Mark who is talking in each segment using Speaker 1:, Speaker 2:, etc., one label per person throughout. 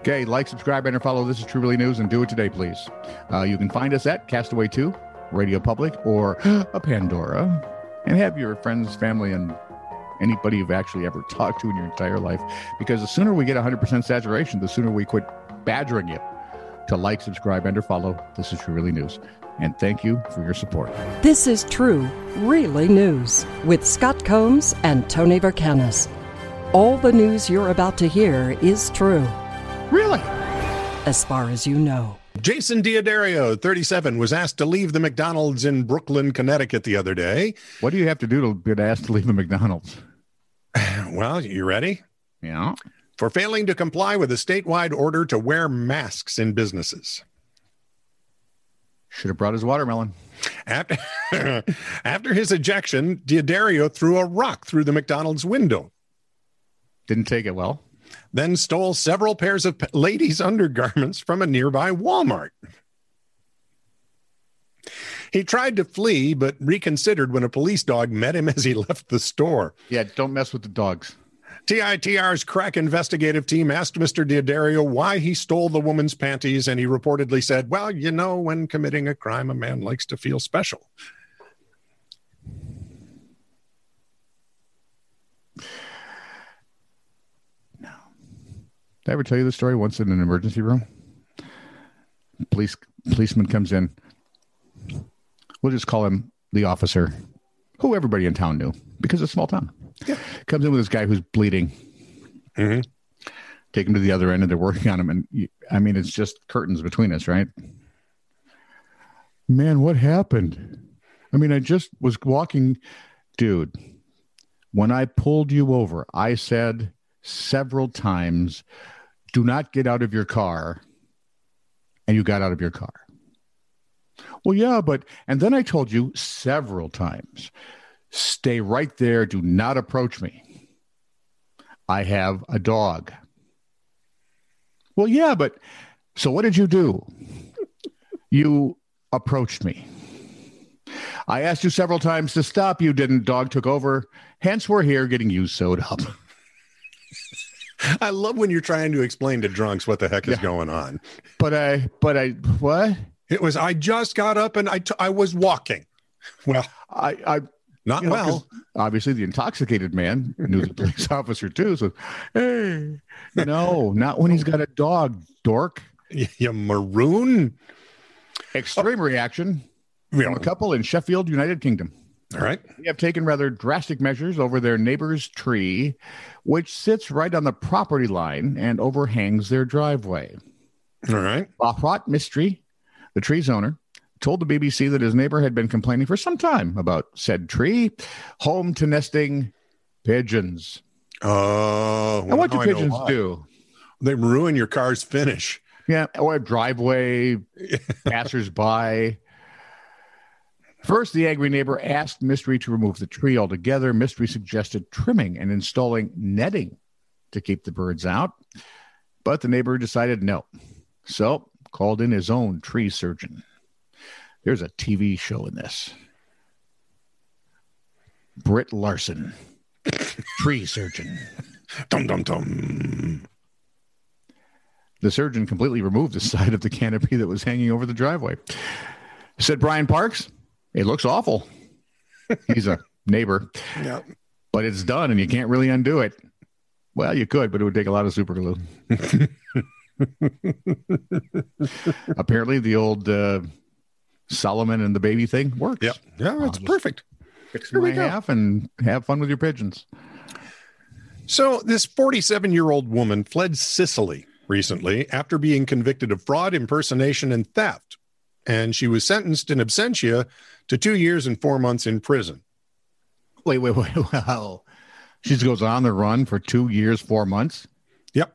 Speaker 1: Okay, like, subscribe, and or follow. This is True Really News, and do it today, please. Uh, you can find us at Castaway 2, Radio Public, or a Pandora, and have your friends, family, and anybody you've actually ever talked to in your entire life. Because the sooner we get 100% saturation, the sooner we quit badgering you to like, subscribe, and or follow. This is True Really News. And thank you for your support.
Speaker 2: This is True, Really News with Scott Combs and Tony Vercanis. All the news you're about to hear is true,
Speaker 1: Really?
Speaker 2: as far as you know.
Speaker 3: Jason Diodario, 37, was asked to leave the McDonald's in Brooklyn, Connecticut the other day.
Speaker 1: What do you have to do to get asked to leave the McDonald's?
Speaker 3: Well, you ready?
Speaker 1: Yeah.
Speaker 3: For failing to comply with a statewide order to wear masks in businesses.
Speaker 1: Should have brought his watermelon.
Speaker 3: After, after his ejection, Diodario threw a rock through the McDonald's window,
Speaker 1: Didn't take it well.
Speaker 3: then stole several pairs of p- ladies' undergarments from a nearby Walmart. He tried to flee, but reconsidered when a police dog met him as he left the store.
Speaker 1: Yeah, don't mess with the dogs.
Speaker 3: TITR's crack investigative team asked Mr. D'Addario why he stole the woman's panties, and he reportedly said, Well, you know, when committing a crime, a man likes to feel special.
Speaker 1: Did I ever tell you the story once in an emergency room? Police policeman comes in. We'll just call him the officer, who everybody in town knew because it's a small town. Yeah. Comes in with this guy who's bleeding.
Speaker 3: Mhm.
Speaker 1: Take him to the other end, and they're working on him. And you, I mean, it's just curtains between us, right? Man, what happened? I mean, I just was walking, dude. When I pulled you over, I said several times, do not get out of your car. And you got out of your car. Well, yeah, but, and then I told you several times, stay right there. Do not approach me. I have a dog. Well, yeah, but, so what did you do? You approached me. I asked you several times to stop. You didn't. Dog took over. Hence, we're here getting you sewed up.
Speaker 3: I love when you're trying to explain to drunks what the heck is going on.
Speaker 1: But I, but I, what?
Speaker 3: It was, I just got up and I, t- I was walking. Well,
Speaker 1: I, I,
Speaker 3: not
Speaker 1: you know,
Speaker 3: well.
Speaker 1: 'cause obviously the intoxicated man knew the police officer too. So, hey, no, not when he's got a dog, dork.
Speaker 3: Y- You maroon.
Speaker 1: Extreme reaction
Speaker 3: You
Speaker 1: from a
Speaker 3: know,
Speaker 1: couple in Sheffield, United Kingdom.
Speaker 3: all right.
Speaker 1: They have taken rather drastic measures over their neighbor's tree, which sits right on the property line and overhangs their driveway.
Speaker 3: All right.
Speaker 1: Bahrat Mystery, the tree's owner, told the BBC that his neighbor had been complaining for some time about said tree, home to nesting pigeons.
Speaker 3: Oh,
Speaker 1: And what do
Speaker 3: now I know
Speaker 1: pigeons
Speaker 3: why.
Speaker 1: do?
Speaker 3: They ruin your car's finish.
Speaker 1: Yeah, or driveway, passersby. First, the angry neighbor asked Mystery to remove the tree altogether. Mystery suggested trimming and installing netting to keep the birds out, but the neighbor decided no. So, called in his own tree surgeon. There's a TV show in this. Britt Larson, tree surgeon.
Speaker 3: Dum, dum, dum.
Speaker 1: The surgeon completely removed the side of the canopy that was hanging over the driveway. Said Brian Parks, it looks awful. He's a neighbor,
Speaker 3: Yeah.
Speaker 1: but it's done and you can't really undo it. Well, you could, but it would take a lot of super glue. Apparently, the old uh, Solomon and the baby thing works.
Speaker 3: Yep. Yeah. It's
Speaker 1: just-
Speaker 3: perfect.
Speaker 1: Fix
Speaker 3: Here we
Speaker 1: my
Speaker 3: go.
Speaker 1: half and have fun with your pigeons.
Speaker 3: So, this 47 year old woman fled Sicily recently after being convicted of fraud, impersonation, and theft. And she was sentenced in absentia to two years and four months in prison.
Speaker 1: Wait, wait, wait. Wow. She goes on the run for two years, four months.
Speaker 3: Yep.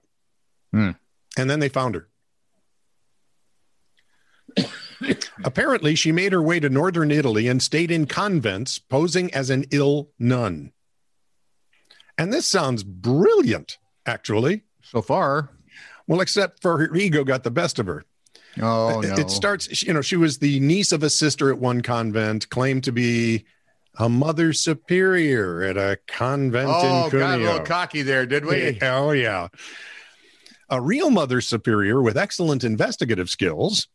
Speaker 1: Hmm.
Speaker 3: And then they found her. Apparently, she made her way to northern Italy and stayed in convents, posing as an ill nun. And this sounds brilliant, actually.
Speaker 1: So far.
Speaker 3: Well, except for her ego got the best of her.
Speaker 1: Oh, no.
Speaker 3: It- It starts, you know, she was the niece of a sister at one convent, claimed to be a mother
Speaker 1: Oh,
Speaker 3: superior at a convent in Cuneo.
Speaker 1: cocky there, did
Speaker 3: Yeah, oh, yeah. A real mother superior with excellent investigative skills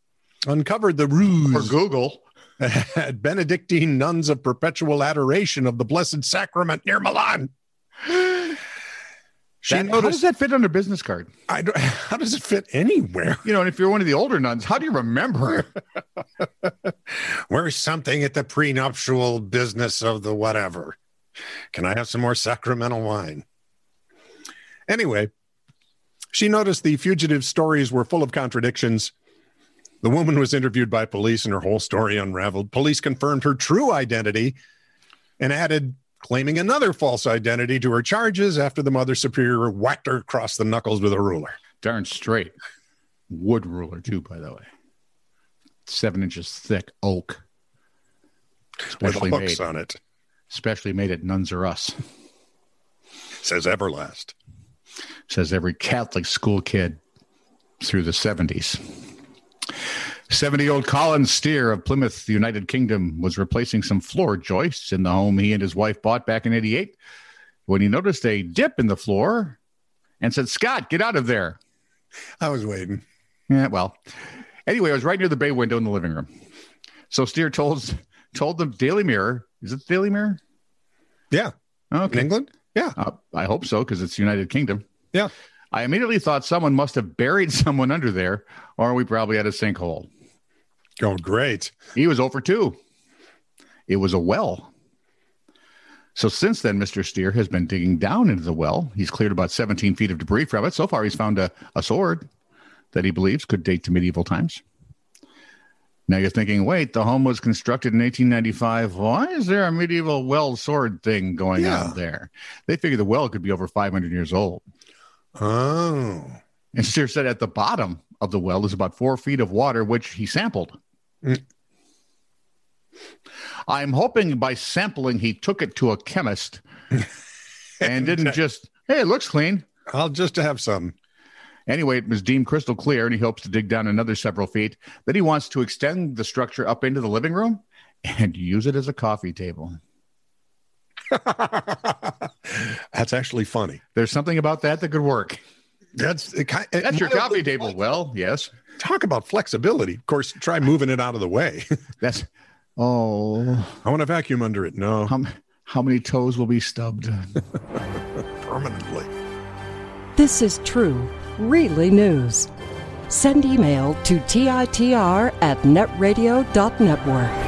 Speaker 3: uncovered the
Speaker 1: For
Speaker 3: ruse
Speaker 1: Google.
Speaker 3: at Benedictine nuns of perpetual adoration of the Blessed Sacrament near Milan. She
Speaker 1: That- how does
Speaker 3: noticed.
Speaker 1: that fit on her business card?
Speaker 3: I don't, how does it fit anywhere?
Speaker 1: You know, and if you're one of the older nuns, how do you remember?
Speaker 3: Where's something at the prenuptial business of the whatever? Can I have some more sacramental wine? Anyway, she noticed the fugitive stories were full of contradictions. The woman was interviewed by police and her whole story unraveled. Police confirmed her true identity and added claiming another false identity to her charges after the mother superior whacked her across the knuckles with a ruler.
Speaker 1: Darn straight. Wood ruler, too, by the way. Seven inches thick oak.
Speaker 3: With
Speaker 1: Specially made,
Speaker 3: hooks on it.
Speaker 1: specially made at Nuns Are Us,
Speaker 3: Says Everlast.
Speaker 1: says every Catholic school kid through the 70s. 70 year old Colin Steer of Plymouth, United Kingdom, was replacing some floor joists in the home he and his wife bought back in 88 when he noticed a dip in the floor and said, Scott, get out of there.
Speaker 3: I was waiting.
Speaker 1: Yeah, well. Anyway, I was right near the bay window in the living room. So Steer told told the Daily Mirror. Is it the Daily Mirror?
Speaker 3: Yeah. In
Speaker 1: Okay.
Speaker 3: England?
Speaker 1: Uh, I hope so because it's United Kingdom.
Speaker 3: Yeah.
Speaker 1: I immediately thought someone must have buried someone under there, or we probably had a sinkhole.
Speaker 3: Oh, great.
Speaker 1: He was over two. It was a well. So since then, Mr. Steer has been digging down into the well. He's cleared about 17 feet of debris from it. So far, he's found a, a sword that he believes could date to medieval times. Now you're thinking, wait, the home was constructed in 1895. Why is there a medieval well sword thing going
Speaker 3: Yeah.
Speaker 1: on there? They figure the well could be over 500 years old.
Speaker 3: Oh.
Speaker 1: And Steer said at the bottom of the well is about four feet of water, which he sampled.
Speaker 3: Mm.
Speaker 1: I'm hoping by sampling, he took it to a chemist and didn't just, hey, it looks clean.
Speaker 3: I'll just have some.
Speaker 1: Anyway, it was deemed crystal clear, and he hopes to dig down another several feet. Then he wants to extend the structure up into the living room and use it as a coffee table.
Speaker 3: That's actually funny.
Speaker 1: There's something about that that could work.
Speaker 3: That's the ki- eh,
Speaker 1: That's your
Speaker 3: Well,
Speaker 1: coffee table. Well, yes.
Speaker 3: Talk about flexibility. Of course, try moving it out of the way.
Speaker 1: That's, oh,
Speaker 3: I want to vacuum under it. No,
Speaker 1: how, how many toes will be stubbed?
Speaker 3: permanently.
Speaker 2: This is true, really news. Send email to TITR at netradio.network.